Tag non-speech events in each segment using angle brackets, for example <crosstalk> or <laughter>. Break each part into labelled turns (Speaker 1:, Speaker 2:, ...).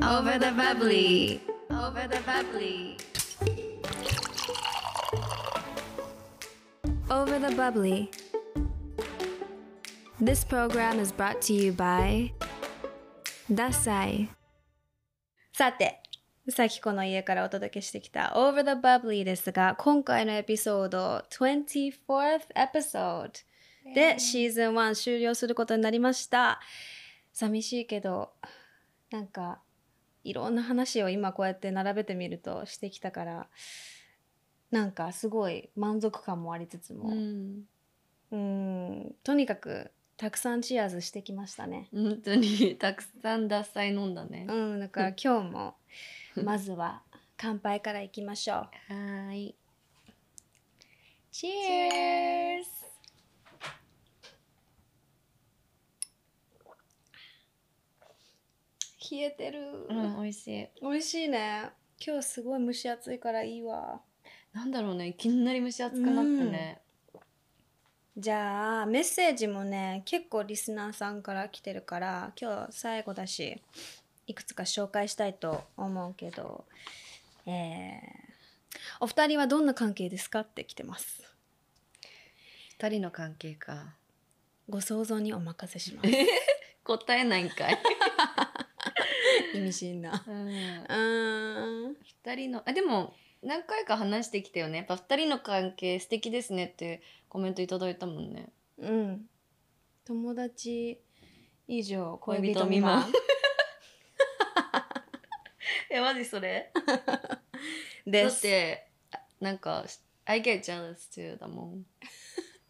Speaker 1: Over the bubbly. Over the bubbly.
Speaker 2: Over the Bubbly. This program is brought to you by Dasai.
Speaker 1: さて、さきこの家からお届けしてきた Over the Bubbly ですが、今回のエピソード、24th episode でシーズン1終了することになりました。寂しいけど、なんか、いろんな話を今こうやって並べてみるとしてきたから、なんかすごい満足感もありつつも、
Speaker 3: うん、
Speaker 1: うんとにかくたくさんチアーズしてきましたね。
Speaker 3: 本当にたくさん脱菜飲んだね。
Speaker 1: うん、だから今日もまずは乾杯からいきましょう。
Speaker 3: はーい。
Speaker 1: Cheers! 冷えてる、
Speaker 3: うん、美味しい。
Speaker 1: 美味しいね。今日すごい蒸し暑いからいいわ。
Speaker 3: なんだろうね、いきなり蒸し暑くなったね。
Speaker 1: じゃあメッセージもね結構リスナーさんから来てるから今日最後だしいくつか紹介したいと思うけど、えーお二人はどんな関係ですかって来てます
Speaker 3: 二人の関係か。
Speaker 1: ご想像にお任せ <laughs> します
Speaker 3: 答えないん
Speaker 1: <laughs>
Speaker 3: かい。
Speaker 1: 意味深な
Speaker 3: うん
Speaker 1: うーん
Speaker 3: 二人の、あ、でも、何回か話してきたよね。やっぱ二人の関係素敵ですねっていうコメントいただいたもんね。
Speaker 1: うん友達以上恋
Speaker 3: 恋
Speaker 1: 人
Speaker 3: 人
Speaker 1: 未
Speaker 3: 未
Speaker 1: 満
Speaker 3: 満え、マジそれ。だ
Speaker 1: <laughs> で
Speaker 3: っ
Speaker 1: す
Speaker 3: て、あなんか、I get jealous too だもん。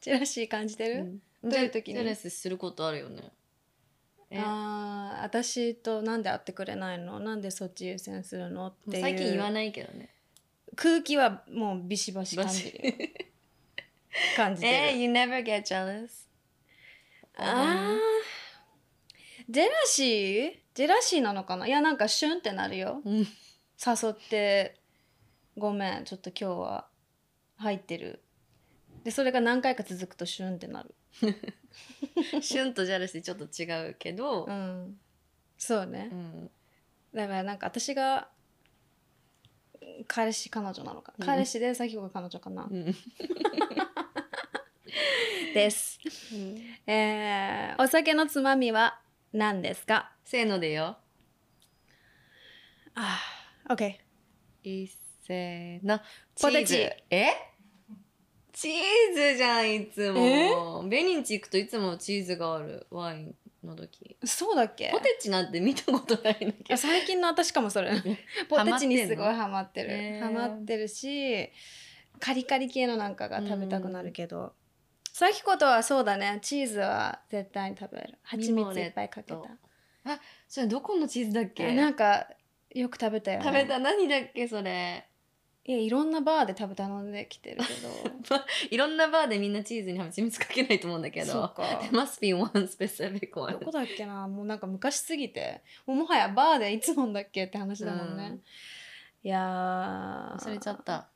Speaker 1: ジェラシー感じてる、
Speaker 3: うん
Speaker 1: どういう時に
Speaker 3: ジェラスすることあるよね。え
Speaker 1: ああ私となんで会ってくれないのなんでそっち優先するのっていう
Speaker 3: 最近言わないけどね。
Speaker 1: 空気はもうビシバシ感じるよ <laughs> 感じてる、
Speaker 3: えー、you never get jealous。
Speaker 1: あージェラシージェラシーなのかないやなんかシュンってなるよ
Speaker 3: うん。
Speaker 1: 誘ってごめんちょっと今日は入ってるでそれが何回か続くとシュンってなる
Speaker 3: <laughs> シュンとジェラシーちょっと違うけど
Speaker 1: う、んそうね
Speaker 3: うん、
Speaker 1: だからなんか私が彼氏彼女なのか、
Speaker 3: うん
Speaker 1: 彼氏で先ほど彼女かな、
Speaker 3: うん、
Speaker 1: ですえーお酒のつまみは何ですか
Speaker 3: せーのでよ。
Speaker 1: あー OK
Speaker 3: いっせーの。
Speaker 1: ポテチ
Speaker 3: ーズえチーズじゃん、いつも。ベニンチ行くといつもチーズがある、ワインの時。
Speaker 1: そうだっけ
Speaker 3: ポテチなんて見たことないんだけど。
Speaker 1: あ最近の私かもそれポテチにすごいハマってる
Speaker 3: へー
Speaker 1: ハマってるしカリカリ系のなんかが食べたくなるけどさきことはそうだねチーズは絶対に食べる蜂蜜いっぱいかけ
Speaker 3: ミモレッそれどこのチーズだったけ
Speaker 1: なんかよく食べたよ、ね、
Speaker 3: 食べた何だっけそれ
Speaker 1: いやいろんなバーで食べ頼んできてる
Speaker 3: <laughs>
Speaker 1: け
Speaker 3: いろんなバーでみんなチーズに蜂蜜かけないと思うんだけ
Speaker 1: どそう
Speaker 3: ど
Speaker 1: か
Speaker 3: There must be one specific
Speaker 1: <laughs> ど
Speaker 3: one
Speaker 1: こだっけなもうなんか昔すぎてもうもはやバーでいつ飲んだっけって話だもんね、
Speaker 3: うん
Speaker 1: いやー
Speaker 3: 忘れちゃった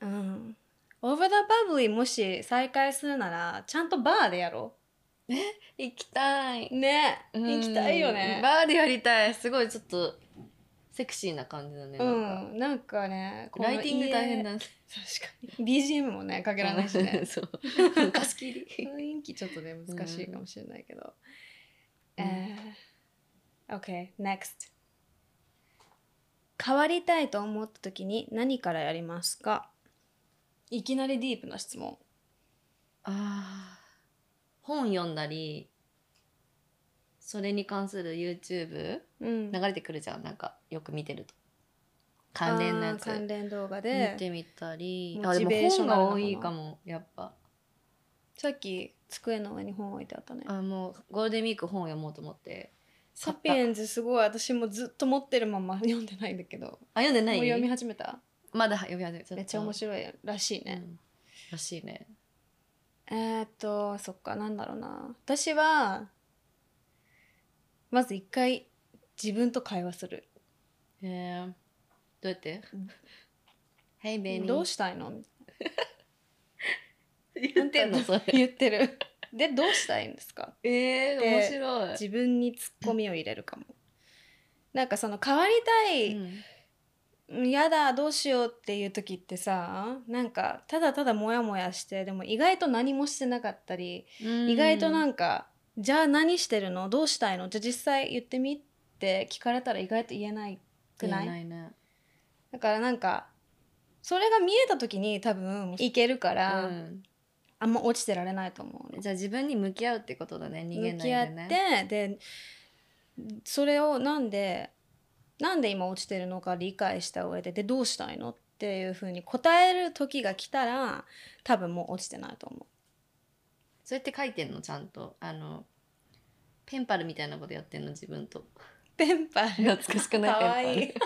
Speaker 1: うんオーバーダバブリーもし再開するならちゃんとバーでやろ
Speaker 3: 行きたいう
Speaker 1: ね行きたいよ
Speaker 3: うん
Speaker 1: ね
Speaker 3: バーでやりたいすごいちょっとセクシーな感じだね
Speaker 1: う
Speaker 3: なんか、
Speaker 1: んなんかねこの
Speaker 3: ライティング大変だね
Speaker 1: 家 <laughs> 確かに BGM もねかけられないし <laughs> ね
Speaker 3: そう貸し切り
Speaker 1: 雰囲気ちょっとね難しいかもしれないけど、えー、OK next 変わりたいと思った時に何からやりますかいきなりディープな質問
Speaker 3: あー本読んだりそれに関する YouTube
Speaker 1: うん
Speaker 3: 流れてくるじゃんなんかよく見てると関連のや
Speaker 1: あー
Speaker 3: つ
Speaker 1: 関連動画で
Speaker 3: 見てみたり
Speaker 1: モ
Speaker 3: あ
Speaker 1: チ
Speaker 3: でも
Speaker 1: ベーシ
Speaker 3: 本
Speaker 1: ョンな
Speaker 3: が
Speaker 1: のかな
Speaker 3: 多いかもやっぱ
Speaker 1: さっき机の上に本置いてあったね。
Speaker 3: あもうゴールデンウィーク本を読もうと思って
Speaker 1: サピエンズすごい私もずっと持ってるまま読んでないんだけど。
Speaker 3: あ読んでな
Speaker 1: もう読み
Speaker 3: い
Speaker 1: 始めた
Speaker 3: まだ読み始め
Speaker 1: めっちゃ面
Speaker 3: 白
Speaker 1: 白いらしいね。
Speaker 3: らしいね
Speaker 1: えー、っとそっかなんだろうな。私はまず一回自分と会話する。
Speaker 3: へえどうやって
Speaker 1: うん
Speaker 3: 「Hey Benny」
Speaker 1: どうしたいの
Speaker 3: 言ってんのそれ
Speaker 1: 言ってる。でどうしたいんですか
Speaker 3: えー、面白い
Speaker 1: 自分にツッコミを入れるかも。なんかその変わりた
Speaker 3: う
Speaker 1: い、
Speaker 3: ん
Speaker 1: やだどうしようっていう時ってさなんかただただモヤモヤしてでも意外と何もしてなかったり、意外とな
Speaker 3: か
Speaker 1: んんか「じゃあ何してるのどうしたいのじゃあ実際言ってみ」って聞かれたら意外と言えないくない
Speaker 3: ないね
Speaker 1: だからなんかそれが見えた時に多分いけるから、
Speaker 3: うん
Speaker 1: あんま落ちてられないと思うの
Speaker 3: じゃあ自分に向き合うってことだね逃げ
Speaker 1: 向
Speaker 3: ない
Speaker 1: き合っ
Speaker 3: でね
Speaker 1: てでそれをなんでなんで今落ちてるのか理解した上ででどうしたいのっていうふうに答える時が来たら多分もう落ちてないと思
Speaker 3: そうやって書いてんのちゃんとあのペンパルみたいなことやってんの自分と
Speaker 1: うペンパル
Speaker 3: 懐かしく
Speaker 1: かわ
Speaker 3: ない
Speaker 1: い
Speaker 3: ペ
Speaker 1: い <laughs> ペン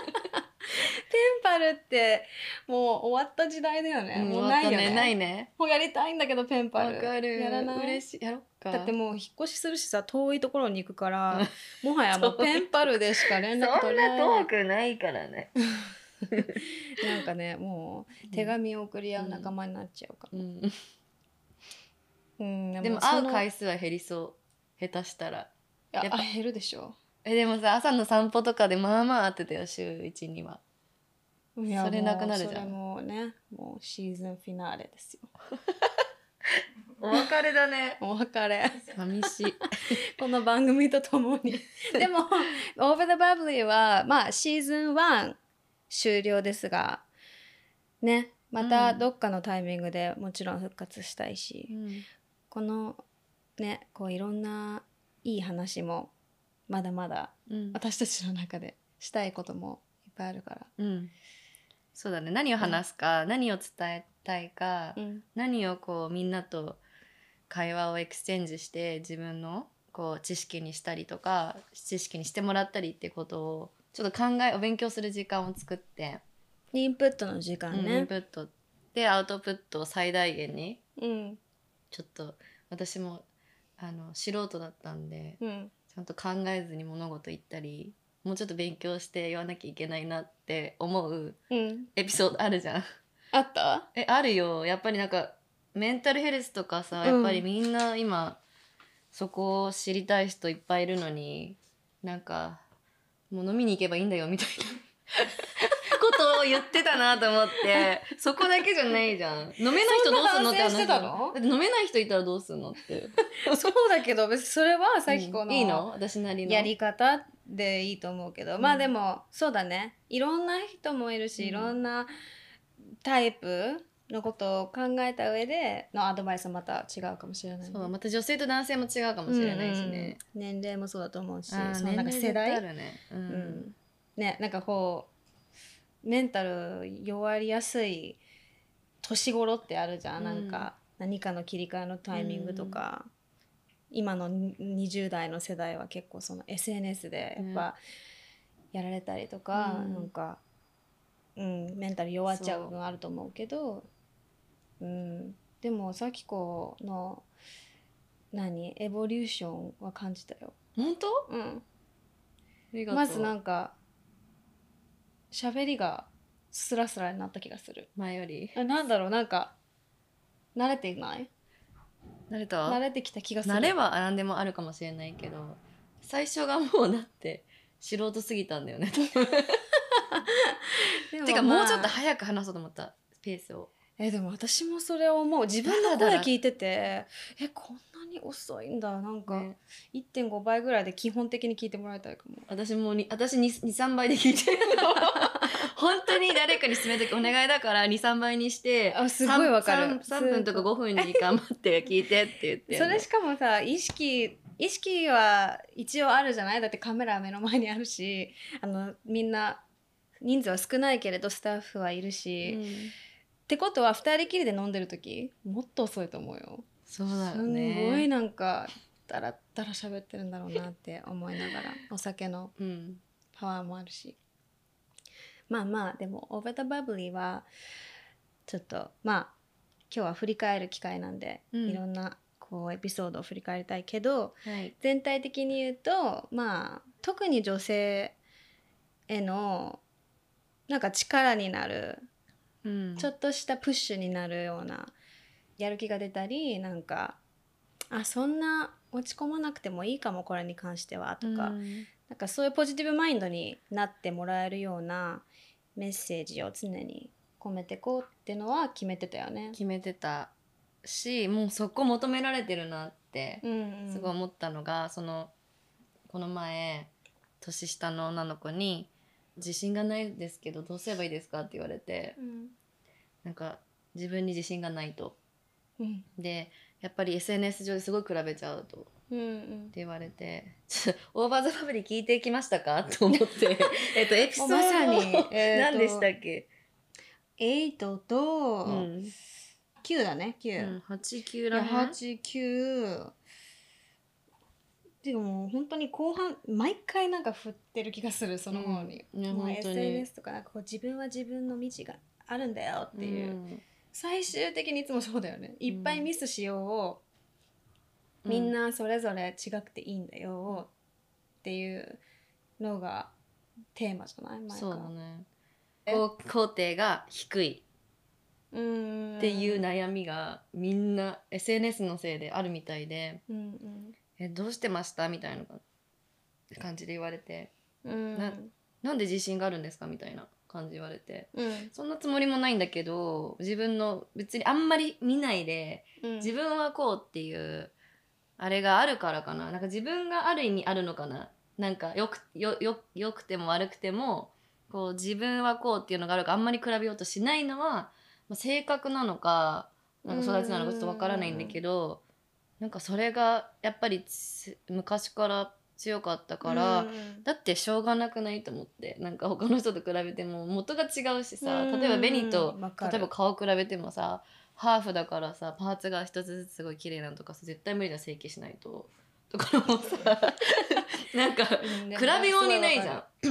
Speaker 1: パルってもう終わった時代だよ
Speaker 3: ンパル
Speaker 1: ね、
Speaker 3: うん
Speaker 1: もうないよ
Speaker 3: 終わ
Speaker 1: ね
Speaker 3: ったないね
Speaker 1: もうやりたいんだけどペンパ
Speaker 3: わ
Speaker 1: ル
Speaker 3: かる
Speaker 1: やらない
Speaker 3: 嬉しいやろっか
Speaker 1: だってもう引っ越しするしさ遠いところに行くからもはやも
Speaker 3: そう
Speaker 1: うペンパルでしか連絡
Speaker 3: そ
Speaker 1: 取
Speaker 3: ん
Speaker 1: れ
Speaker 3: な
Speaker 1: な
Speaker 3: 遠
Speaker 1: い
Speaker 3: くないからね
Speaker 1: なんかねもう手紙を送り合う仲間になっちゃうから、
Speaker 3: うん
Speaker 1: うん
Speaker 3: でも
Speaker 1: そ
Speaker 3: 会
Speaker 1: の
Speaker 3: う回数は減りそう下手したら
Speaker 1: いや
Speaker 3: やっぱ
Speaker 1: あ減るでしょ
Speaker 3: えでもさ朝の散歩とかでまあまあ会ってたよ週1には
Speaker 1: い
Speaker 3: それ
Speaker 1: もう
Speaker 3: なくなるじゃん
Speaker 1: それもうねもうシーズンフィナーレですよ
Speaker 3: お別れだね
Speaker 1: お別れ
Speaker 3: 寂しい
Speaker 1: <laughs> この番組と
Speaker 3: <laughs>
Speaker 1: ともにでも「Over the Bubbly は」まあシーズン1終了ですがねまた
Speaker 3: うん
Speaker 1: どっかのタイミングでもちろん復活したいし、このねこういろんないい話もまだまだ
Speaker 3: うん
Speaker 1: 私たちの中でしたいこともいっぱいあるから、
Speaker 3: うん、そうだね何を話すか、何を伝えたいか、何をこうみんなと会話をエクスチェンジして自分のこう知識にしたりとか知識にしてもらったりってことをちょっと考えお勉強する時間を作って、
Speaker 1: インプットの時
Speaker 3: う
Speaker 1: 間
Speaker 3: んイン
Speaker 1: ね
Speaker 3: プ、ットでアウトプットを最大限に
Speaker 1: うん
Speaker 3: ちょっと私もあの素人だったんで
Speaker 1: うん、
Speaker 3: ちゃんと考えずに物事言ったりもうちょっと勉強して言わなきゃいけないなって思う
Speaker 1: うん、
Speaker 3: エピソードあるじゃん。
Speaker 1: あった
Speaker 3: えあるよやっぱりなんかメンタルヘルスとかさ、
Speaker 1: うん
Speaker 3: やっぱりみんな今そこを知りたい人いっぱいいるのになんかもう飲みに行けばいいんだよみたいな <laughs> ことを言ってたなと思ってそこだけじゃないじゃん飲めない人どうすんのって
Speaker 1: そんな反省してたの
Speaker 3: 話だって飲めない人いたらどうすんのって
Speaker 1: そうだけど別にそれはさっきこ
Speaker 3: う
Speaker 1: の
Speaker 3: んいいの私なりの
Speaker 1: やり方でいいと思うけど、ま
Speaker 3: う
Speaker 1: あ
Speaker 3: ん
Speaker 1: でもそうだねいろんな人もいるし、
Speaker 3: うん
Speaker 1: いろんなタイプのことを考えた上でのアドバイスはまた違うかもしれないね、
Speaker 3: そうまた女性と男性も違うかもしれないしね、
Speaker 1: うんうん年齢もそうだと思うし
Speaker 3: あー
Speaker 1: そのなんか
Speaker 3: 年齢
Speaker 1: 世
Speaker 3: 絶対あ
Speaker 1: 代
Speaker 3: るねう
Speaker 1: うんんねなんかこうメンタル弱りやすい年頃ってあるじゃん、なん
Speaker 3: うん
Speaker 1: か何かの切り替えのタイミングとか、今のに20代の世代は結構その SNS でやっぱやられたりとか、
Speaker 3: うん
Speaker 1: なんか、うん、メンタル弱っちゃう部分あると思うけどうん、でもさきこの何エボリューションは感じたよ。
Speaker 3: 本当
Speaker 1: うん
Speaker 3: ありがとう
Speaker 1: まずなんか喋りがスラスラになった気がする
Speaker 3: 前より
Speaker 1: あなんだろうなんか慣れてない
Speaker 3: 慣れた
Speaker 1: 慣れてきた気がする
Speaker 3: 慣れは何でもあるかもしれないけど最初がもうだって素人すぎたんだよね。
Speaker 1: <laughs> でも
Speaker 3: てか
Speaker 1: まあ
Speaker 3: もうちょっと早く話そうと思ったペースを。
Speaker 1: えでも私もそれを思う自分
Speaker 3: だ
Speaker 1: の
Speaker 3: ら
Speaker 1: 声
Speaker 3: だら
Speaker 1: 聞いててえこんなに遅いんだなんか
Speaker 3: ね
Speaker 1: 1.5倍ぐらいで基本的に聞いてもらいたいかも
Speaker 3: 私もに私23倍で聞い
Speaker 1: <laughs>
Speaker 3: てるの本当に誰かに勧める時お願いだから23倍にして
Speaker 1: あすごいわかる
Speaker 3: 3, 分とか5分に頑張って聞いてって言って、
Speaker 1: <laughs> それしかもさ意識意識は一応あるじゃないだってカメラ目の前にあるしあのみんな人数は少ないけれどスタッフはいるし、
Speaker 3: うん
Speaker 1: ってことは2人きりで飲んでる時もっと遅いと思うよ、
Speaker 3: そうだ
Speaker 1: す
Speaker 3: よ
Speaker 1: んごい
Speaker 3: ね。
Speaker 1: なんかだらだら喋ってるんだろうなって思いながらお酒の
Speaker 3: うん、
Speaker 1: パワーもあるしまあまあでも「Over the Bubbly」はちょっとまあ今日は振り返る機会なんで、
Speaker 3: うん
Speaker 1: いろんなこうエピソードを振り返りたいけど
Speaker 3: はい、
Speaker 1: 全体的に言うとまあ特に女性へのなんか力になる
Speaker 3: うん、
Speaker 1: ちょっとしたプッシュになるようなやる気が出たりなんかあそんな落ち込まなくてもいいかもこれに関してはとか、
Speaker 3: うん
Speaker 1: なんかそういうポジティブマインドになってもらえるようなメッセージを常に込めてこうってのは決めてたよね。
Speaker 3: 決めてたしもうそこ求められてるなって
Speaker 1: うんうん、
Speaker 3: すごい思ったのが、そのこの前年下の女の子に「自信がないですけどどうすればいいですか?」って言われて
Speaker 1: うん
Speaker 3: なんか自分に自信がないと。
Speaker 1: うん
Speaker 3: でやっぱり SNS 上ですごい比べちゃうとって
Speaker 1: うんうん
Speaker 3: 言われて <laughs> 「ちょオーバーザファブリー聞いてきました
Speaker 1: <laughs>
Speaker 3: か?」と思ってえっとエピソード
Speaker 1: まさに
Speaker 3: <laughs>
Speaker 1: えーと
Speaker 3: 何でしたっけ、
Speaker 1: 8と
Speaker 3: うん
Speaker 1: 9だね
Speaker 3: う
Speaker 1: 9。
Speaker 3: ん、89らへん
Speaker 1: 八九でももう本当に後半毎回なんか振ってる気がするその方に、
Speaker 3: うんいや
Speaker 1: もう
Speaker 3: 本当に
Speaker 1: SNS とかなんかこう自分は自分の道があるんだよっていう、
Speaker 3: ん
Speaker 1: 最終的にいつもそうだよねいっぱいミスしようを、
Speaker 3: うん
Speaker 1: みんなそれぞれ違くていいんだよをっていうのがテーマじゃない毎
Speaker 3: そうだ
Speaker 1: 回
Speaker 3: ね
Speaker 1: え
Speaker 3: こう肯定が低い
Speaker 1: うん
Speaker 3: っていう悩みがみんな SNS のせいであるみたいで
Speaker 1: うん
Speaker 3: 「えどうしてました?」みたいな感じで言われて
Speaker 1: うんうん
Speaker 3: な「なんで自信があるんですか?」みたいな感じで言われて
Speaker 1: うん
Speaker 3: そんなつもりもないんだけど自分の別にあんまり見ないで
Speaker 1: うん
Speaker 3: 自分はこうっていうあれがあるからかななんか自分がある意味あるのかななんかよくよよよくても悪くてもこう自分はこうっていうのがあるからあんまり比べようとしないのはまあ性格なのかなんか育ちなのかちょっとわからないんだけどなんかそれがやっぱりつ昔から強かったから。
Speaker 1: うんうん
Speaker 3: だってしょうがなくないと思ってなんか他の人と比べても元が違うしさ
Speaker 1: うん
Speaker 3: 例えばベニと
Speaker 1: わかる
Speaker 3: 例えば顔比べてもさハーフだからさパーツが一つずつすごい綺麗なのとかさ絶対無理だ整形しないととかも
Speaker 1: <laughs>
Speaker 3: さなんか比べようにないじゃ
Speaker 1: ん。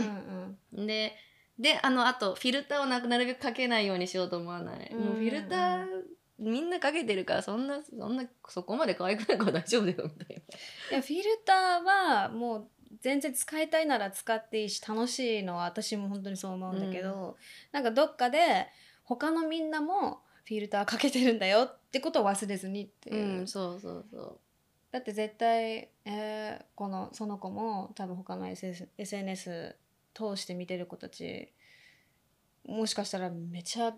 Speaker 1: うん
Speaker 3: ん。でであのあとフィルターをななるべくかけないようにしようと思わない。
Speaker 1: うん
Speaker 3: もうフィルターみんなかけてるからそんなそんなそこまで可愛くないから大丈夫だよみたいな。
Speaker 1: いやフィルターはもう全然使いたいなら使っていいし楽しいのは私も本当にそう思うんだけど、なんかどっかで他のみんなもフィルターかけてるんだよってことを忘れずにっていう、
Speaker 3: うんそうそうそう。
Speaker 1: だって絶対、えーこのその子も多分他の SS SNS 通して見てる子たちもしかしたらめちゃ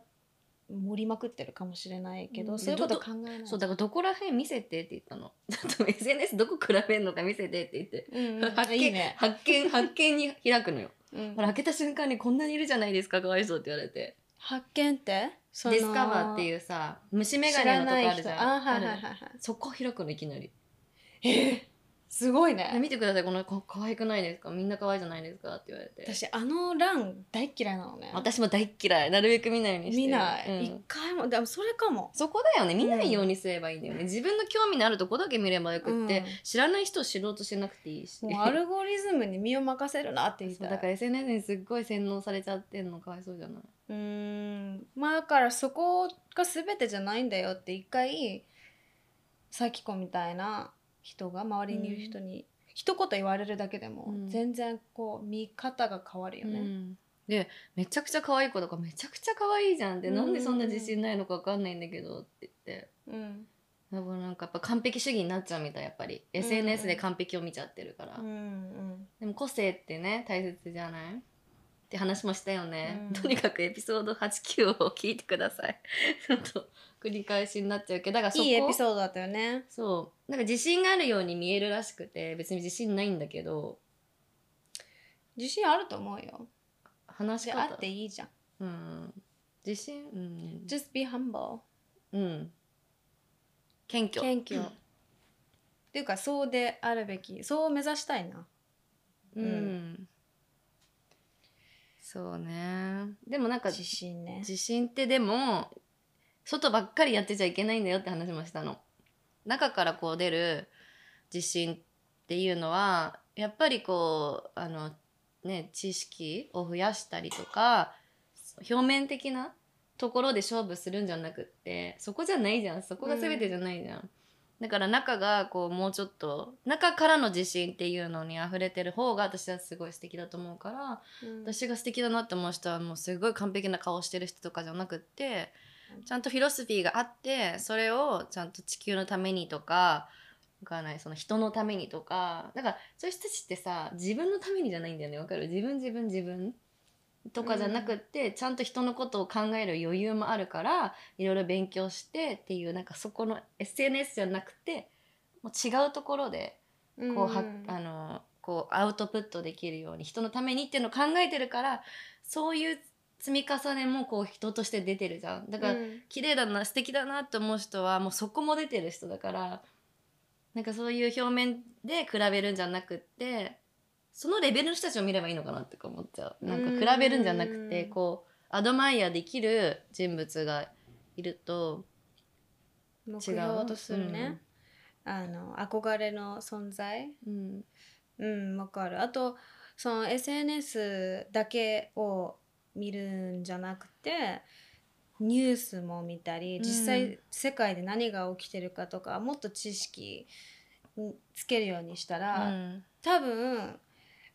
Speaker 1: 盛りまくってるかもしれないけど、
Speaker 3: うん
Speaker 1: そういうこと
Speaker 3: ど
Speaker 1: 考えない
Speaker 3: そうだからどこら辺見せてって言ったの。ちょっと <laughs> SNS どこ比べんのか見せてって言って。
Speaker 1: うんうん
Speaker 3: 発見
Speaker 1: いいね、
Speaker 3: 発見発見に開くのよ。
Speaker 1: うん
Speaker 3: ほら開けた瞬間にこんなにいるじゃないですかかわいそうって言われて。
Speaker 1: 発見ってその
Speaker 3: ディスカバーっていうさ虫眼鏡のとこあるじ
Speaker 1: 知ら
Speaker 3: ゃ
Speaker 1: ない人
Speaker 3: ん。
Speaker 1: あはいはい
Speaker 3: あ
Speaker 1: はい
Speaker 3: る
Speaker 1: はい
Speaker 3: そこ開くのいきなり。
Speaker 1: えーすごい
Speaker 3: で
Speaker 1: ね
Speaker 3: 見てくださいこの子可愛くないですかみんな可愛いじゃないですかって言われて。
Speaker 1: 私あの欄大っ嫌いなのね
Speaker 3: 私も大っ嫌いなるべく見ないようにしてる。
Speaker 1: 見な
Speaker 3: うん
Speaker 1: い一、回もでもそれかも
Speaker 3: そこだよね見ないようにすればいいんだよね、自分の興味のあるとこだけ見ればよくって、
Speaker 1: うん
Speaker 3: 知らない人を知ろうとしなくてい <laughs> いし
Speaker 1: もうアルゴリズムに身を任せるなって言
Speaker 3: <laughs>
Speaker 1: い
Speaker 3: そ
Speaker 1: た
Speaker 3: う
Speaker 1: い
Speaker 3: だから SNS にすっごい洗脳されちゃってんのかわいそうじゃないう
Speaker 1: ーんまあだからそこが全てじゃないんだよって一回咲子みたいな人が周りにいる人に、一言言われるだけでも
Speaker 3: うん
Speaker 1: 全然こう見方が変わるよね、
Speaker 3: うんでめちゃくちゃ可愛い子とかめちゃくちゃ可愛いじゃんって、
Speaker 1: うん
Speaker 3: なんでそんな自信ないのかわかんないんだけどって言って
Speaker 1: うん
Speaker 3: だからなんかやっぱ完璧主義になっちゃうみたいやっぱり
Speaker 1: ん
Speaker 3: SNS で完璧を見ちゃってるから、
Speaker 1: うんうん
Speaker 3: でも個性ってね大切じゃないって話もしたよね、
Speaker 1: うん
Speaker 3: とにかくエピソード89を聞いてくださいちょっと繰り返しになっちゃうけどだからそこ
Speaker 1: いいエピソードだったよね
Speaker 3: そうなんか自信があるように見えるらしくて別に自信ないんだけど
Speaker 1: 自信あると思うよ
Speaker 3: 話し
Speaker 1: で
Speaker 3: 方
Speaker 1: あっていいじゃん
Speaker 3: うん自信うん、
Speaker 1: just be humble
Speaker 3: うん、謙虚
Speaker 1: 謙虚っていうかそうであるべきそう目指したいな
Speaker 3: うん、そうねでもなんか
Speaker 1: 自信ね
Speaker 3: 自信ってでも外ばっかりやってちゃいけないんだよって話もしたの中からこう出る自信っていうのはやっぱりこうあのね知識を増やしたりとか表面的なところで勝負するんじゃなくってそこじゃないじゃんそこが全てじゃないじゃん、だから中がこうもうちょっと中からの自信っていうのに溢れてる方が私はすごい素敵だと思うから、
Speaker 1: うん
Speaker 3: 私が素敵だなって思う人はもうすごい完璧な顔してる人とかじゃなくってちゃんとフィロソフィーがあってそれをちゃんと地球のためにとかわかんないその人のためにとかだからそういう人たちってさ自分のためにじゃないんだよねわかる自分自分自分とかじゃなくって、ちゃんと人のことを考える余裕もあるからいろいろ勉強してっていうなんかそこの SNS じゃなくてもう違うところでこうは、あのこうアウトプットできるように人のためにっていうのを考えてるからそういう積み重ねもこう人として出てるじゃんだから、綺麗だな素敵だなと思う人はもうそこも出てる人だからなんかそういう表面で比べるんじゃなくってそのレベルの人たちを見ればいいのかなってか思っちゃうなんか比べるんじゃなくて
Speaker 1: うん
Speaker 3: こうアドマイアできる人物がいると
Speaker 1: 目
Speaker 3: 違う
Speaker 1: 標とするね、、あの憧れの存在
Speaker 3: うんうん
Speaker 1: うんわかるあとその SNS だけを見るんじゃなくてニュースも見たり
Speaker 3: うん
Speaker 1: 実際世界で何が起きてるかとか、もっと知識につけるようにしたら、
Speaker 3: うん
Speaker 1: 多分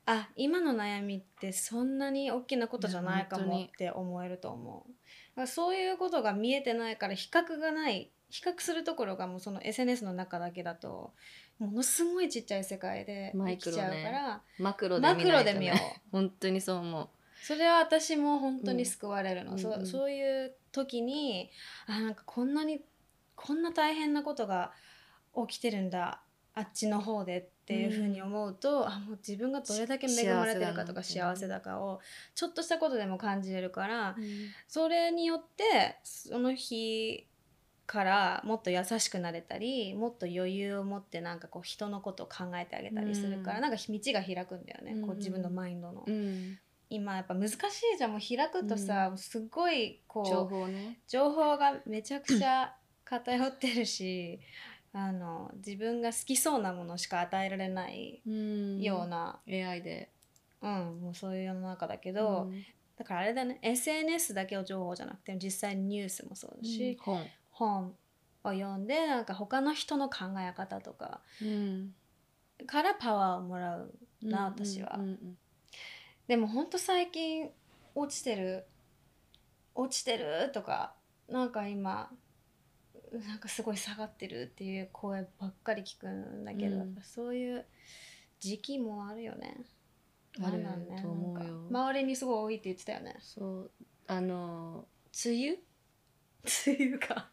Speaker 1: あ今の悩みってそんなに大きなことじゃないか
Speaker 3: いや本当
Speaker 1: も
Speaker 3: に
Speaker 1: って思えると思うだからそういうことが見えてないから比較がない比較するところがもうその SNS の中だけだとものすごいちっちゃい世界で
Speaker 3: マ
Speaker 1: 生
Speaker 3: イク
Speaker 1: き
Speaker 3: ロ
Speaker 1: ち
Speaker 3: ね
Speaker 1: ゃうから、
Speaker 3: マクロで
Speaker 1: マ
Speaker 3: 見
Speaker 1: ク
Speaker 3: な
Speaker 1: ロ
Speaker 3: いと
Speaker 1: で
Speaker 3: ね
Speaker 1: 見よ
Speaker 3: 本当にそう思う
Speaker 1: うそれは私も本当に救われるの、
Speaker 3: うん
Speaker 1: そ
Speaker 3: うんうん
Speaker 1: そういう時にあなんかこんなにこんな大変なことが起きてるんだあっちの方でっていうふうに思うと、あもう自分がどれだけ恵まれてるかとか
Speaker 3: 幸せだな
Speaker 1: 幸せだかをちょっとしたことでも感じれるから
Speaker 3: うん
Speaker 1: それによってその日からもっと優しくなれたりもっと余裕を持ってなんかこう人のことを考えてあげたりするから、
Speaker 3: うん
Speaker 1: なんか道が開くんだよね、
Speaker 3: うん
Speaker 1: こう自分のマインドの。
Speaker 3: うん
Speaker 1: 今やっぱ難しいじゃんもう開くとさ、すごいこう
Speaker 3: 情報ね
Speaker 1: 情報がめちゃくちゃ偏ってるしあの自分が好きそうなものしか与えられないような、
Speaker 3: AI で
Speaker 1: うんもうそういう世の中だけど、
Speaker 3: うん
Speaker 1: だからあれだね SNS だけを情報じゃなくて実際にニュースもそうだし、
Speaker 3: 本、
Speaker 1: 本を読んでなんか他の人の考え方とか
Speaker 3: うん、
Speaker 1: からパワーをもらうな私は
Speaker 3: うんうん
Speaker 1: でもほんと最近落ちてる落ちてるとかなんか今なんかすごい下がってるっていう声ばっかり聞くんだけど、
Speaker 3: うん
Speaker 1: そういう時期もあるよね。
Speaker 3: ある
Speaker 1: なんだろね
Speaker 3: と思うよ
Speaker 1: なんか周りにすごい多いって言ってたよね。
Speaker 3: そうあの梅雨
Speaker 1: っていうか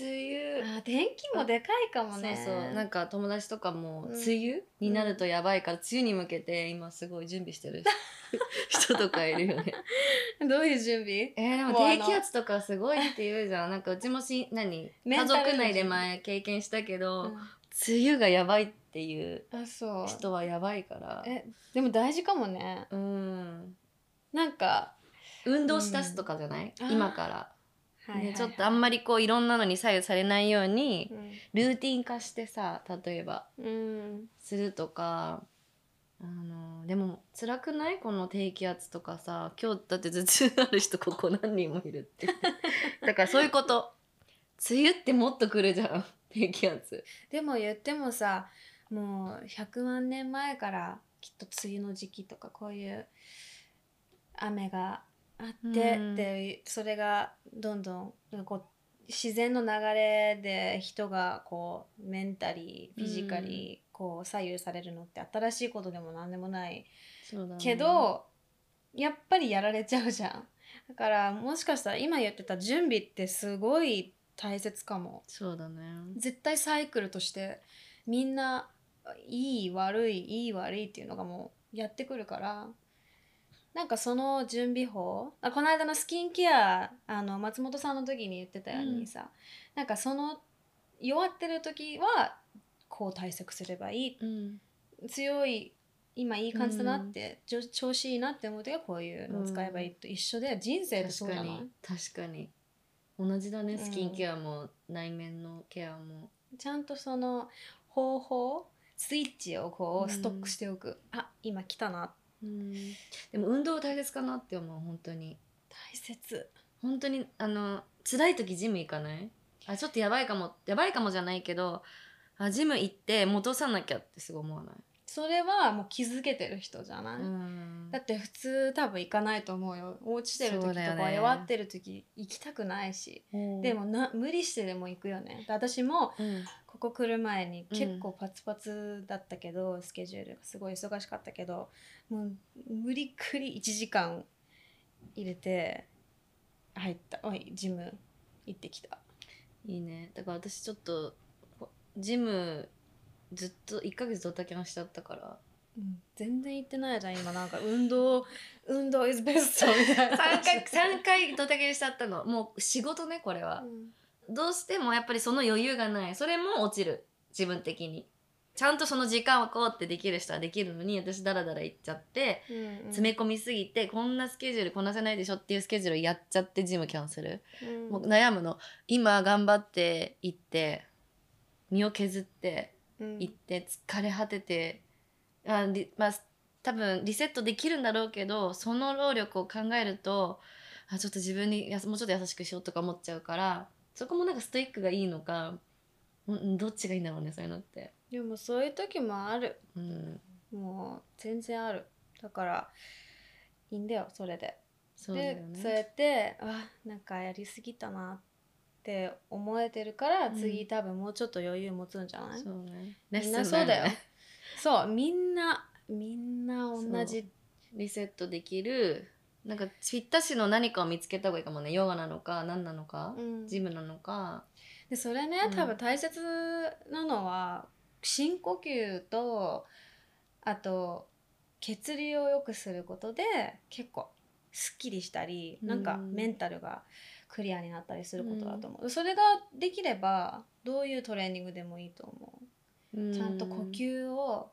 Speaker 3: 梅
Speaker 1: あ天気もでかいかも
Speaker 3: そう
Speaker 1: ね。
Speaker 3: そうなんか友達とかも
Speaker 1: うん
Speaker 3: 梅雨になるとやばいから梅雨に向けて今すごい準備してる <laughs> 人とかいるよね
Speaker 1: どういう準備？
Speaker 3: えーでも
Speaker 1: もうあ
Speaker 3: 低
Speaker 1: の
Speaker 3: 気圧とかすごいって言うじゃんなんかうちもし何
Speaker 1: メ
Speaker 3: 家
Speaker 1: ンタル
Speaker 3: 族内で前経験したけど、
Speaker 1: うん
Speaker 3: 梅雨がやばいっていう
Speaker 1: あそう。
Speaker 3: 人はやばいから
Speaker 1: えでも大事かもね。
Speaker 3: うん
Speaker 1: なんか、
Speaker 3: 運動しだすとかじゃない、
Speaker 1: うんあー
Speaker 3: 今から、
Speaker 1: はいはいは
Speaker 3: ね
Speaker 1: い
Speaker 3: ちょっとあんまりこういろんなのに左右されないように
Speaker 1: うん
Speaker 3: ルーティン化してさ例えば
Speaker 1: うん
Speaker 3: するとかあのでも辛くないこの低気圧とかさ今日だって頭痛のある人ここ何人もいるって
Speaker 1: <laughs>
Speaker 3: だからそういうこと梅雨ってもっと来るじゃん <laughs> 低気圧
Speaker 1: でも言ってもさもう100万年前からきっと梅雨の時期とかこういう雨があって、
Speaker 3: うん
Speaker 1: でそれがどんどんこう自然の流れで人がこうメンタリーフィジカリーこう左右されるのって新しいことでも何でもない
Speaker 3: そうだね
Speaker 1: けど、やっぱりやられちゃうじゃん。だからもしかしたら今言ってた準備ってすごい大切かも。
Speaker 3: そうだね
Speaker 1: 絶対サイクルとしてみんないい悪いいい悪いっていうのがもうやってくるからなんかその準備法あこの間のスキンケアあの松本さんの時に言ってたようにさ、なんかその弱ってる時はこう対策すればいい
Speaker 3: うん
Speaker 1: 強い今いい感じだなって、ちょ調子いいなって思う時はこういうのを使えばいいと一緒で、人生ってそ
Speaker 3: 確
Speaker 1: うじ
Speaker 3: か
Speaker 1: ゃない
Speaker 3: に確かに同じだね
Speaker 1: うん
Speaker 3: スキンケアも、内面のケアも
Speaker 1: ちゃんとその方法スイッチをこ
Speaker 3: うん
Speaker 1: うストックしておく、あ今来たな
Speaker 3: でも運動大切かなって思う本当に
Speaker 1: 大切
Speaker 3: 本当にあの辛い時ジム行かないあちょっとやばいかもやばいかもじゃないけどあジム行って戻さなきゃってすごい思わない
Speaker 1: それはもう気づけてる人じゃない、
Speaker 3: うん
Speaker 1: だって普通多分行かないと思うよ落ちて
Speaker 3: そ
Speaker 1: る時
Speaker 3: う
Speaker 1: と
Speaker 3: だよ
Speaker 1: か
Speaker 3: ね
Speaker 1: 弱ってる時行きたくないし、でもな無理してでも行くよねで私も
Speaker 3: うん
Speaker 1: ここ来る前に結構パツパツだったけど、スケジュールがすごい忙しかったけどもう無理くり1時間入れて入ったおいジム行ってきた
Speaker 3: いいねだから私ちょっとジムずっと1ヶ月ドタキャンしちゃったから
Speaker 1: 全然行ってないじゃん今なんか運動運動 is best みたいな
Speaker 3: 3回三回ドタキャンしちゃったのもう仕事ねこれは、
Speaker 1: うん
Speaker 3: どうしてもやっぱりその余裕がないそれも落ちる自分的にちゃんとその時間をこうってできる人はできるのに私ダラダラ行っちゃって
Speaker 1: うんうん
Speaker 3: 詰め込みすぎてこんなスケジュールこなせないでしょっていうスケジュールやっちゃってジムキャンセル、
Speaker 1: うん
Speaker 3: もう悩むの今頑張って行って身を削って
Speaker 1: うん
Speaker 3: 行って疲れ果ててあリまあ多分リセットできるんだろうけどその労力を考えるとあちょっと自分にやすもうちょっと優しくしようとか思っちゃうからそこもなんかストイックがいいのかうんどっちがいいんだろうねそういうのって。
Speaker 1: でもそういう時もある
Speaker 3: うん
Speaker 1: もう全然あるだからいいんだよそれで
Speaker 3: そうだよ
Speaker 1: でそう
Speaker 3: ね
Speaker 1: やってあなんかやりすぎたなって思えてるから、
Speaker 3: うん
Speaker 1: 次多分もうちょっと余裕持つんじゃない
Speaker 3: そうねレッ
Speaker 1: み
Speaker 3: スン
Speaker 1: ん
Speaker 3: だよ
Speaker 1: な
Speaker 3: ね
Speaker 1: そうだよそうみんなみんな同じ
Speaker 3: リセットできるなんかぴったしの何かを見つけた方がいいかもねヨガなのか何なのか、
Speaker 1: うん
Speaker 3: ジムなのか
Speaker 1: でそれね
Speaker 3: うん
Speaker 1: 多分大切なのは、深呼吸とあと血流を良くすることで結構すっきりしたり、なん
Speaker 3: う
Speaker 1: か
Speaker 3: ん
Speaker 1: メンタルがクリアになったりすることだと思う、それができればどういうトレーニングでもいいと思う、ちゃんと呼吸を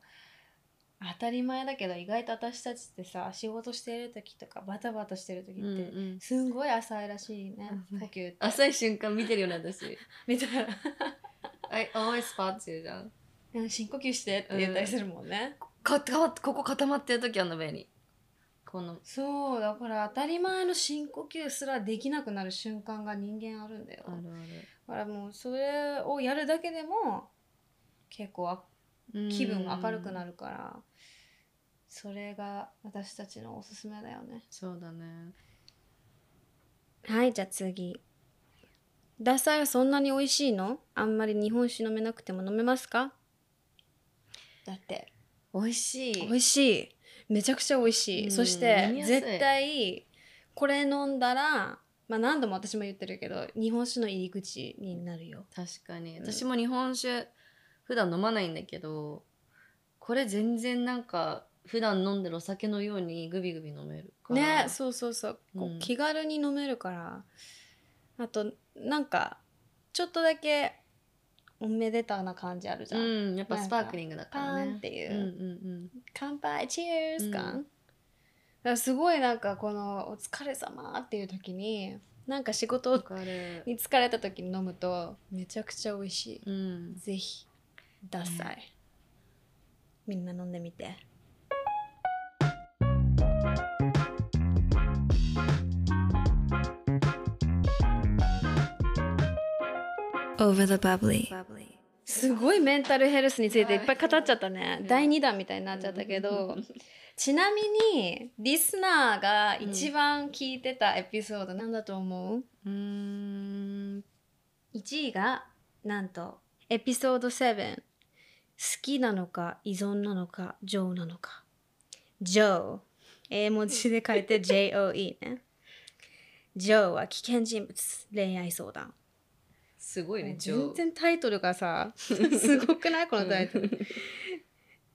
Speaker 1: 当たり前だけど意外と私たちってさ仕事してる時とかバタバタしてる時って、
Speaker 3: うんうん
Speaker 1: すんごい浅いらしいね
Speaker 3: うん
Speaker 1: 呼吸って
Speaker 3: 浅い瞬間見てるよね私
Speaker 1: みたいな。
Speaker 3: I always spot you じゃん
Speaker 1: うん深呼吸してって言ったりするもんね、
Speaker 3: かかここ固まってる時あの上にこの
Speaker 1: そうだから当たり前の深呼吸すらできなくなる瞬間が人間あるんだよ、
Speaker 3: ある
Speaker 1: だからもうそれをやるだけでも結構あ
Speaker 3: ある
Speaker 1: 気分が明るくな
Speaker 3: る
Speaker 1: るから、それが私たちのおすすめだよね
Speaker 3: そうだね
Speaker 1: はいじゃあ次ダサいはそんなに美味しいのあんまり日本酒飲めなくても飲めますかだって
Speaker 3: 美味しい
Speaker 1: 美味しいめちゃくちゃ美味しい、
Speaker 3: うん
Speaker 1: そして
Speaker 3: 飲みやすい
Speaker 1: 絶対これ飲んだらまあ何度も私も言ってるけど日本酒の入り口になるよ
Speaker 3: 確かに
Speaker 1: うん
Speaker 3: 私も日本酒普段飲まないんだけどこれ全然なんか普段飲んでるお酒のようにグビグビ飲めるから
Speaker 1: ねそうそうそう、こう
Speaker 3: うん
Speaker 1: 気軽に飲めるからあとなんかちょっとだけおめでたな感じあるじゃん、
Speaker 3: うんやっぱスパークリングだか
Speaker 1: パ
Speaker 3: ら
Speaker 1: ーンっ
Speaker 3: ね
Speaker 1: ていう、
Speaker 3: うんうん
Speaker 1: 乾杯チェー
Speaker 3: う
Speaker 1: ズ
Speaker 3: ん
Speaker 1: 感、だからすごいなんかこの「お疲れ様っていう時になんか仕事
Speaker 3: うん
Speaker 1: を
Speaker 3: わかる
Speaker 1: に疲れた時に飲むとめちゃくちゃ美味しい、
Speaker 3: うん
Speaker 1: ぜひダサい、みんな飲んでみて
Speaker 2: over the bubbly.
Speaker 1: すごいメンタルヘルスについていっぱい語っちゃったね、
Speaker 3: ん
Speaker 1: 第2弾みたいになっちゃったけど、
Speaker 3: うん
Speaker 1: ちなみにリスナーが一番聞いてたエピソードなんだと思う
Speaker 3: うーん
Speaker 1: ?1 位がなんとエピソード7好きなのか依存なのか情なのか情英文字で書い
Speaker 3: <laughs>
Speaker 1: て JOE ね情は危険人物恋愛相談
Speaker 3: すごいねジョー
Speaker 1: 全然タイトルが
Speaker 3: <laughs>
Speaker 1: さすごくないこのタイトル。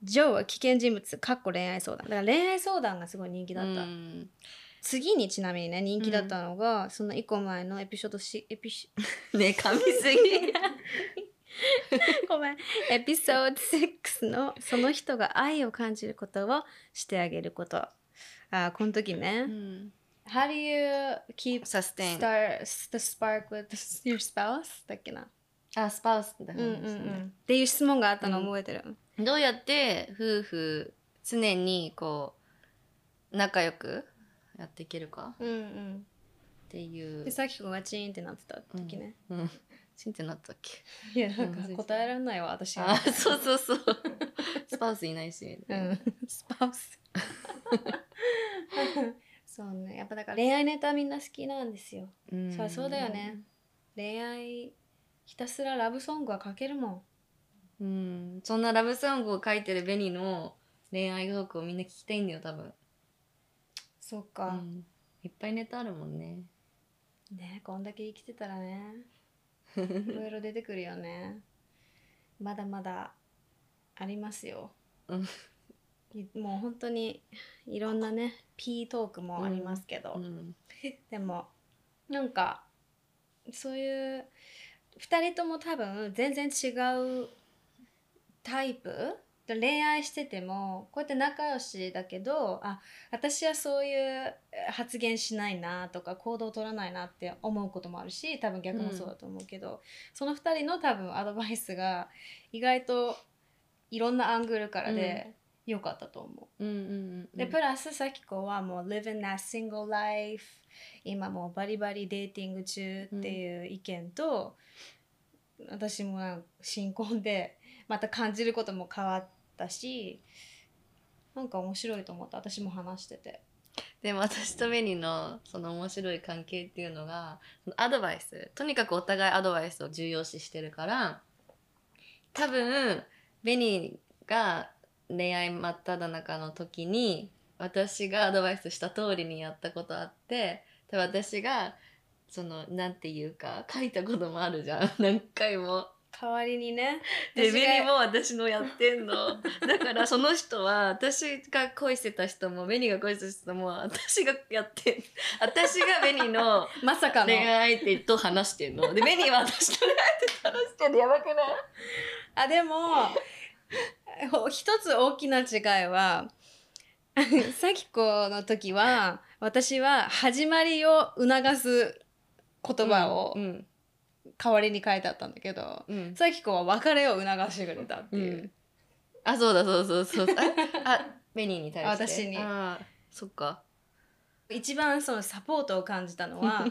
Speaker 1: ジョーは危険人物かっこ恋愛相談だから恋愛相談がすごい人気だった、
Speaker 3: うん
Speaker 1: 次にちなみにね人気だったのが、その一個前のエピソードしエピシ
Speaker 3: ね噛みすぎ
Speaker 1: <laughs> ごめんエピソード6の <laughs> その人が愛を感じることをしてあげることあーこの時ね、How do you keep
Speaker 3: sustain
Speaker 1: start the spark with your spouse? だっけな、
Speaker 3: あスパウスだ、
Speaker 1: うんうんうん、っていう質問があったの覚えてる、
Speaker 3: どうやって夫婦常にこう仲良くやっていけるか
Speaker 1: うんうん
Speaker 3: っていう
Speaker 1: でさっきがチーンってなってた時ね、
Speaker 3: うんチンってなったっけ
Speaker 1: いやなん
Speaker 3: うん
Speaker 1: か答えられないわ私
Speaker 3: あ
Speaker 1: が
Speaker 3: そうそうそうスパウスいないし、
Speaker 1: うん、スパウス <laughs> そうねやっぱだから恋愛ネタみんな好きなんですよ
Speaker 3: うん
Speaker 1: そりゃそうだよね恋愛ひたすらラブソングは書けるもん
Speaker 3: うんそんなラブソングを書いてるベニの恋愛トークをみんな聞きたいんだよ多分、
Speaker 1: そう
Speaker 3: う
Speaker 1: か、
Speaker 3: ん、いっぱいネタあるもんね
Speaker 1: ねこんだけ生きてたらねいろいろ出てくるよねまだまだありますよ、
Speaker 3: うん
Speaker 1: いもう本当にいろんなね P トークもありますけど、
Speaker 3: うん
Speaker 1: でもなんかそういう2人とも多分全然違うタイプ恋愛しててもこうやって仲良しだけどあ私はそういうえー発言しないなとか行動を取らないなって思うこともあるし多分逆もそうだと思うけど、その2人の多分アドバイスが意外といろんなアングルからで良かったと思う。
Speaker 3: うんうんうん
Speaker 1: で、プラス、さきこはもう、living that single life、今もうバリバリデーティング中っていう意見と、私もなんか新婚で、また感じることも変わったし、なんか面白いと思った。私も話してて。
Speaker 3: でも私とベニのその面白い関係っていうのがそのアドバイスとにかくお互いアドバイスを重要視してるから多分ベニが恋愛真っ只中の時に私がアドバイスした通りにやったことあって多分私がそのなんていうか書いたこともあるじゃん <laughs> 何回も。
Speaker 1: 代わりにね、
Speaker 3: で
Speaker 1: 私が
Speaker 3: ベニも私のやってんのだからその人は私が恋してた人もベニが恋してた人も私がやってん私がベニの
Speaker 1: まさかの
Speaker 3: 恋。愛相手と話してんのでベニは私と恋愛相手と話してんのやばくない
Speaker 1: あ、でも、ほ一つ大きな違いは、 <laughs> さきこの時は、私は始まりを促す言葉を、
Speaker 3: うん
Speaker 1: 代わりに書いてあったんだけど
Speaker 3: うん
Speaker 1: さきこは別れを促してくれたって
Speaker 3: う
Speaker 1: いう、
Speaker 3: んあそうだそうそうそうああベニに対して
Speaker 1: 私に
Speaker 3: あーそっか
Speaker 1: 一番そのサポートを感じた
Speaker 3: <laughs>
Speaker 1: のは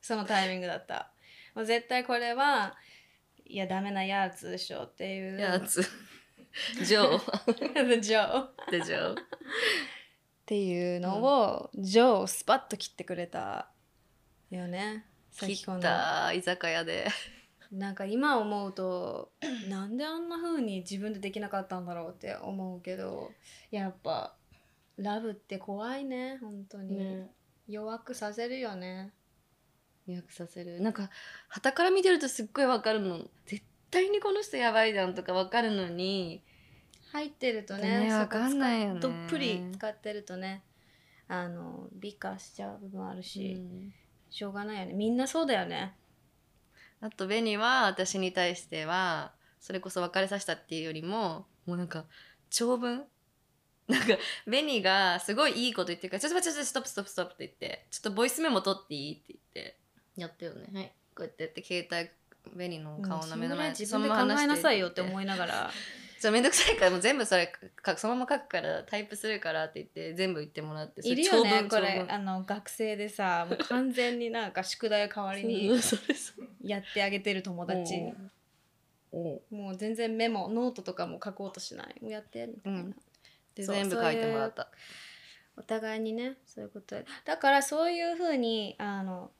Speaker 1: そのタイミングだったもう絶対これはいやダメなやつでしょっていう
Speaker 3: や
Speaker 1: <laughs>
Speaker 3: つジョー
Speaker 1: ジョーっ
Speaker 3: でジョー
Speaker 1: ていうのを、ジョーをスパッと切ってくれたよねさ
Speaker 3: 切
Speaker 1: き
Speaker 3: っ
Speaker 1: この
Speaker 3: た居酒屋で
Speaker 1: なんか今思うとなんであんな風に自分でできなかったんだろうって思うけどやっぱラブって怖いね本当に、弱くさせるよね
Speaker 3: 予約させるなんか傍から見てるとすっごいわかるの絶対にこの人やばいじゃんとかわかるのに
Speaker 1: 入ってるとね
Speaker 3: ね
Speaker 1: そこ
Speaker 3: わかんないよね
Speaker 1: 使っどっぷり使ってるとねあの美化しちゃう部分あるし、
Speaker 3: うん
Speaker 1: しょうがないよねみんなそうだよね
Speaker 3: あとベニは私に対してはそれこそ別れさせたっていうよりももうなんか長文 <laughs> なんかベニがすごいいいこと言ってるから「ちょっと待ってちょっとストップストップストップ」って言って「ちょっとボイスメモ取っていい?」って言ってやってよねはいこうやってやって携帯ベニの顔の目の前
Speaker 1: うんそんぐらい自分で考えなさいよって思いなが
Speaker 3: <laughs>
Speaker 1: ら
Speaker 3: そうめんどくさいからもう全部それかそのまま書くからタイプするからって言って全部言ってもらってそれ
Speaker 1: いるよね
Speaker 3: 長
Speaker 1: こ
Speaker 3: 文
Speaker 1: れ
Speaker 3: 長
Speaker 1: あの学生でさもう完全になんか宿題代わり
Speaker 3: 文
Speaker 1: に
Speaker 3: そうそうそう
Speaker 1: やってあげてる友達
Speaker 3: うん
Speaker 1: もう全然メモノートとかも書こうとしないもうやってみたいな、
Speaker 3: うんで
Speaker 1: そう
Speaker 3: 全部書いてもらった
Speaker 1: お互いにねそういうことだからそういうふうにあの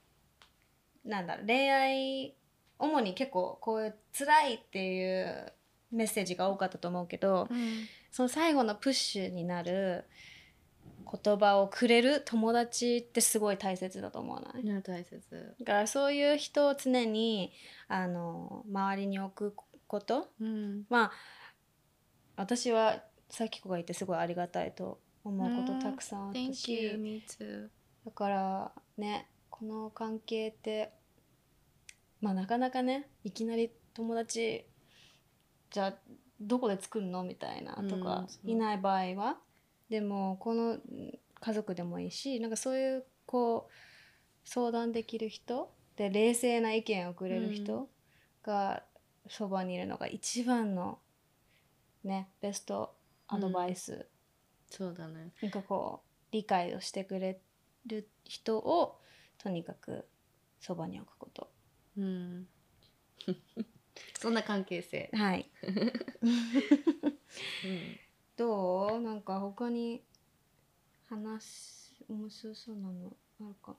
Speaker 1: なんだろう恋愛主に結構こういう辛いっていうメッセージが多かったと思うけどその最後のプッシュになる言葉をくれる友達ってすごい大切だと思わない
Speaker 3: ね大切
Speaker 1: だからそういう人を常にあの周りに置くこと
Speaker 3: うん
Speaker 1: まあ私は咲子がいてすごいありがたいと思うこ
Speaker 3: うん
Speaker 1: とたくさんあった
Speaker 3: Thank you
Speaker 1: し
Speaker 3: me too
Speaker 1: だからねこの関係ってまあなかなかねいきなり友達じゃあどこで作るのみたいなと
Speaker 3: う
Speaker 1: か
Speaker 3: んそう
Speaker 1: いない場合はでもこのうん家族でもいいしなんかそういうこう相談できる人で冷静な意見をくれる
Speaker 3: う
Speaker 1: 人がそばにいるのが一番のねベストアドバイス。
Speaker 3: そうだね
Speaker 1: なんかこう理解をしてくれる人をとにかくそばに置くこと
Speaker 3: うん <laughs> そんな関係性
Speaker 1: はい
Speaker 3: うん
Speaker 1: か他に話し面白そうなのあるか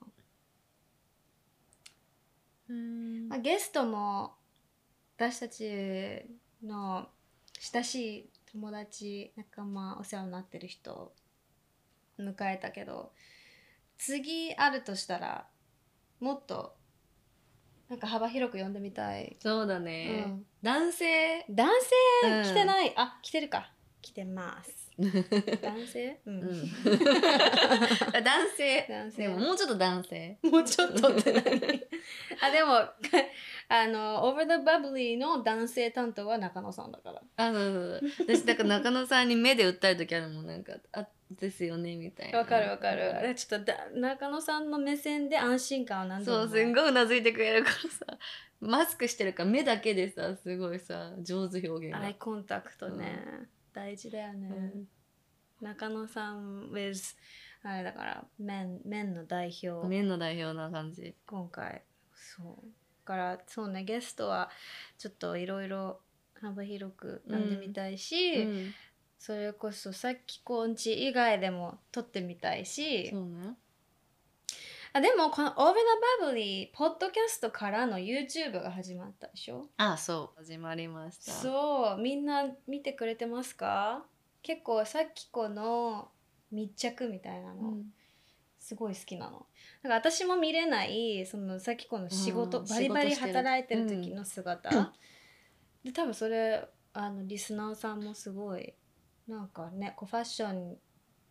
Speaker 3: うん
Speaker 1: な、まあ、ゲストも私たちの親しい友達仲間お世話になってる人を迎えたけど次あるとしたらもっとなんか幅広く呼んでみたい、
Speaker 3: そうだね、男性
Speaker 1: 男
Speaker 3: うん <laughs>
Speaker 1: 性来てない、あ来てるか来てます <laughs> 男性うん
Speaker 3: 男性
Speaker 1: 男性
Speaker 3: でももうちょっと男性
Speaker 1: もうちょっとって何 <laughs> あでもあの「Over the Bubbly」の男性担当は中野さんだから
Speaker 3: あそうそうそう私だから中野さんに目で訴える時あるもんなんか「あですよね」みたいな
Speaker 1: わかるわかるあちょっとだ中野さんの目線で安心感を何度
Speaker 3: そ
Speaker 1: も
Speaker 3: うすんごいうなずいてくれるからさマスクしてるから目だけでさすごいさ上手表現が
Speaker 1: アイコンタクトね、大事だよね、
Speaker 3: うん
Speaker 1: 中野さん with あれだから麺麺の代表
Speaker 3: 面の代表な感じ
Speaker 1: 今回そうだからそうねゲストはちょっといろいろ幅広くやってみたいし、
Speaker 3: うん
Speaker 1: それこそさっきこんち以外でも撮ってみたいし
Speaker 3: そうね
Speaker 1: あでもこの「Over the Bubbly」ポッドキャストからの YouTube が始まったでしょ
Speaker 3: あそう始まりました
Speaker 1: そうみんな見てくれてますか結構さっきこの密着みたいなの、
Speaker 3: うん
Speaker 1: すごい好きなのなんか私も見れないそのさっきこの仕事、
Speaker 3: うん
Speaker 1: バリバリ
Speaker 3: 仕事してる
Speaker 1: 働いてる時の姿、で多分それあのリスナーさんもすごいなんかねこうファッション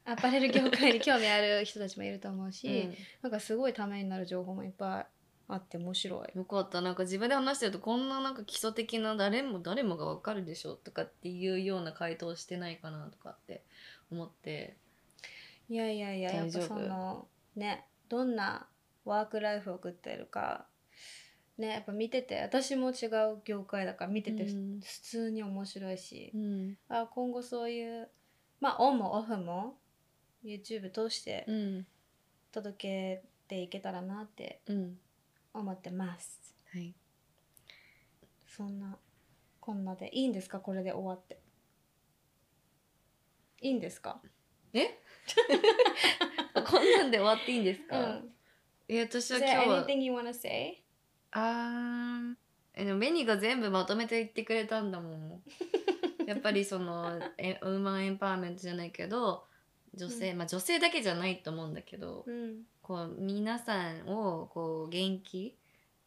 Speaker 1: アパレル業界に興味ある人たちもいると思うし、なんかすごいためになる情報もいっぱいあって面白い。
Speaker 3: よかったなんか自分で話してるとこんななんか基礎的な誰も誰もがわかるでしょとかっていうような回答してないかなとかって思って
Speaker 1: いやいやいや
Speaker 3: 大
Speaker 1: やっぱ
Speaker 3: 丈夫
Speaker 1: そのねどんなワークライフを送ってるかねやっぱ見てて私も違う業界だから見ててふ
Speaker 3: うん
Speaker 1: 普通に面白いし
Speaker 3: う、ん
Speaker 1: あ今後そういうまあオンもオフも YouTube 通して
Speaker 3: うん
Speaker 1: 届けていけたらなって
Speaker 3: うん
Speaker 1: 思ってます。
Speaker 3: はい
Speaker 1: そんなこんなでいいんですかこれで終わって。いいんですか。
Speaker 3: え <laughs> こんなんで終わっていいんです
Speaker 1: う
Speaker 3: か、
Speaker 1: ん。
Speaker 3: いや私
Speaker 1: Is
Speaker 3: は
Speaker 1: there
Speaker 3: 今日は
Speaker 1: anything you wanna say?
Speaker 3: あーえでもメニーが全部まとめて言ってくれたんだも <laughs> んやっぱりそのえウーマンエンパワーメントじゃないけど女性、まあ女性だけじゃないと思うんだけど、
Speaker 1: うん。
Speaker 3: こう皆さんをこう元気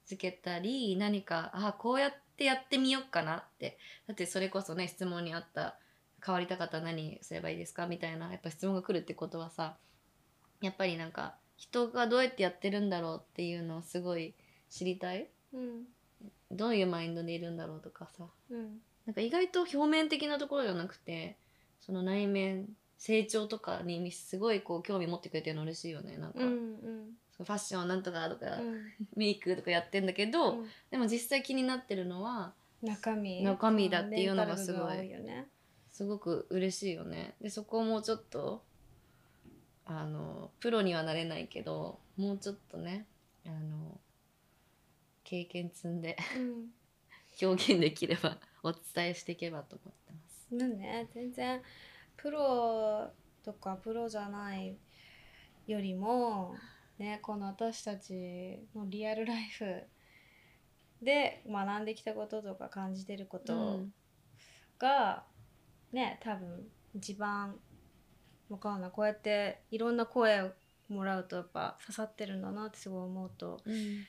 Speaker 3: づけたり何かあこうやってやってみようかなってだってそれこそね質問にあった変わりたかったら何すればいいですかみたいなやっぱ質問が来るってことはさやっぱりなんか人がどうやってやってるんだろうっていうのをすごい知りたい
Speaker 1: うん。
Speaker 3: どういうマインドでいるんだろうとかさ
Speaker 1: うん。
Speaker 3: なんか意外と表面的なところじゃなくてその内面成長とかにすごいこう興味持ってくれてるの嬉しいよねなんか、
Speaker 1: うん。うん。
Speaker 3: ファッションなんとかとか、
Speaker 1: うん
Speaker 3: メイクとかやってんだけど、
Speaker 1: うん
Speaker 3: でも実際気になってるのは
Speaker 1: 中身
Speaker 3: 中身だっていうのがすごい
Speaker 1: メンタル部分多よね
Speaker 3: すごく嬉しいよねでそこをもうちょっとあのプロにはなれないけどもうちょっとねあの経験積んで <laughs> 表現できればお伝えしていけばと思ってます。
Speaker 1: うん、なんね全然プロとかプロじゃないよりもねこの私たちのリアルライフで学んできたこととか感じてること、がね多分一番わかんないこうやっていろんな声をもらうとやっぱ刺さってるんだなってすごい思うと
Speaker 3: うん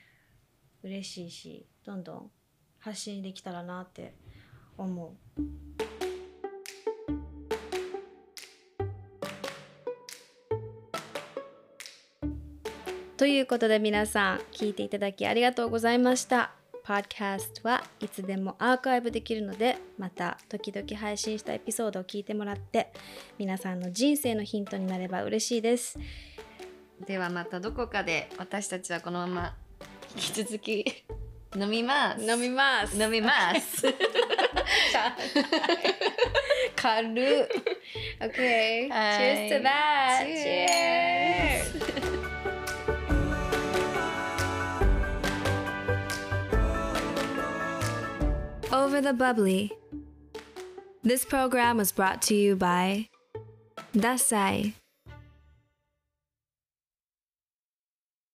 Speaker 1: 嬉しいしどんどん発信できたらなって思う。ということで皆さん聞いていただきありがとうございました。Podcast はいつでもアーカイブできるのでまた時々配信したエピソードを聞いてもらって皆さんの人生のヒントになれば嬉しいです。
Speaker 3: ではまたどこかで私たちはこのまま引き続き飲みます
Speaker 1: ます
Speaker 3: 飲みます。
Speaker 1: <laughs> 軽っ Okay.
Speaker 3: Hi.
Speaker 1: Cheers to that.
Speaker 3: Cheers.
Speaker 1: Cheers.
Speaker 2: Over the Bubbly. This program was brought to you by
Speaker 1: ダサい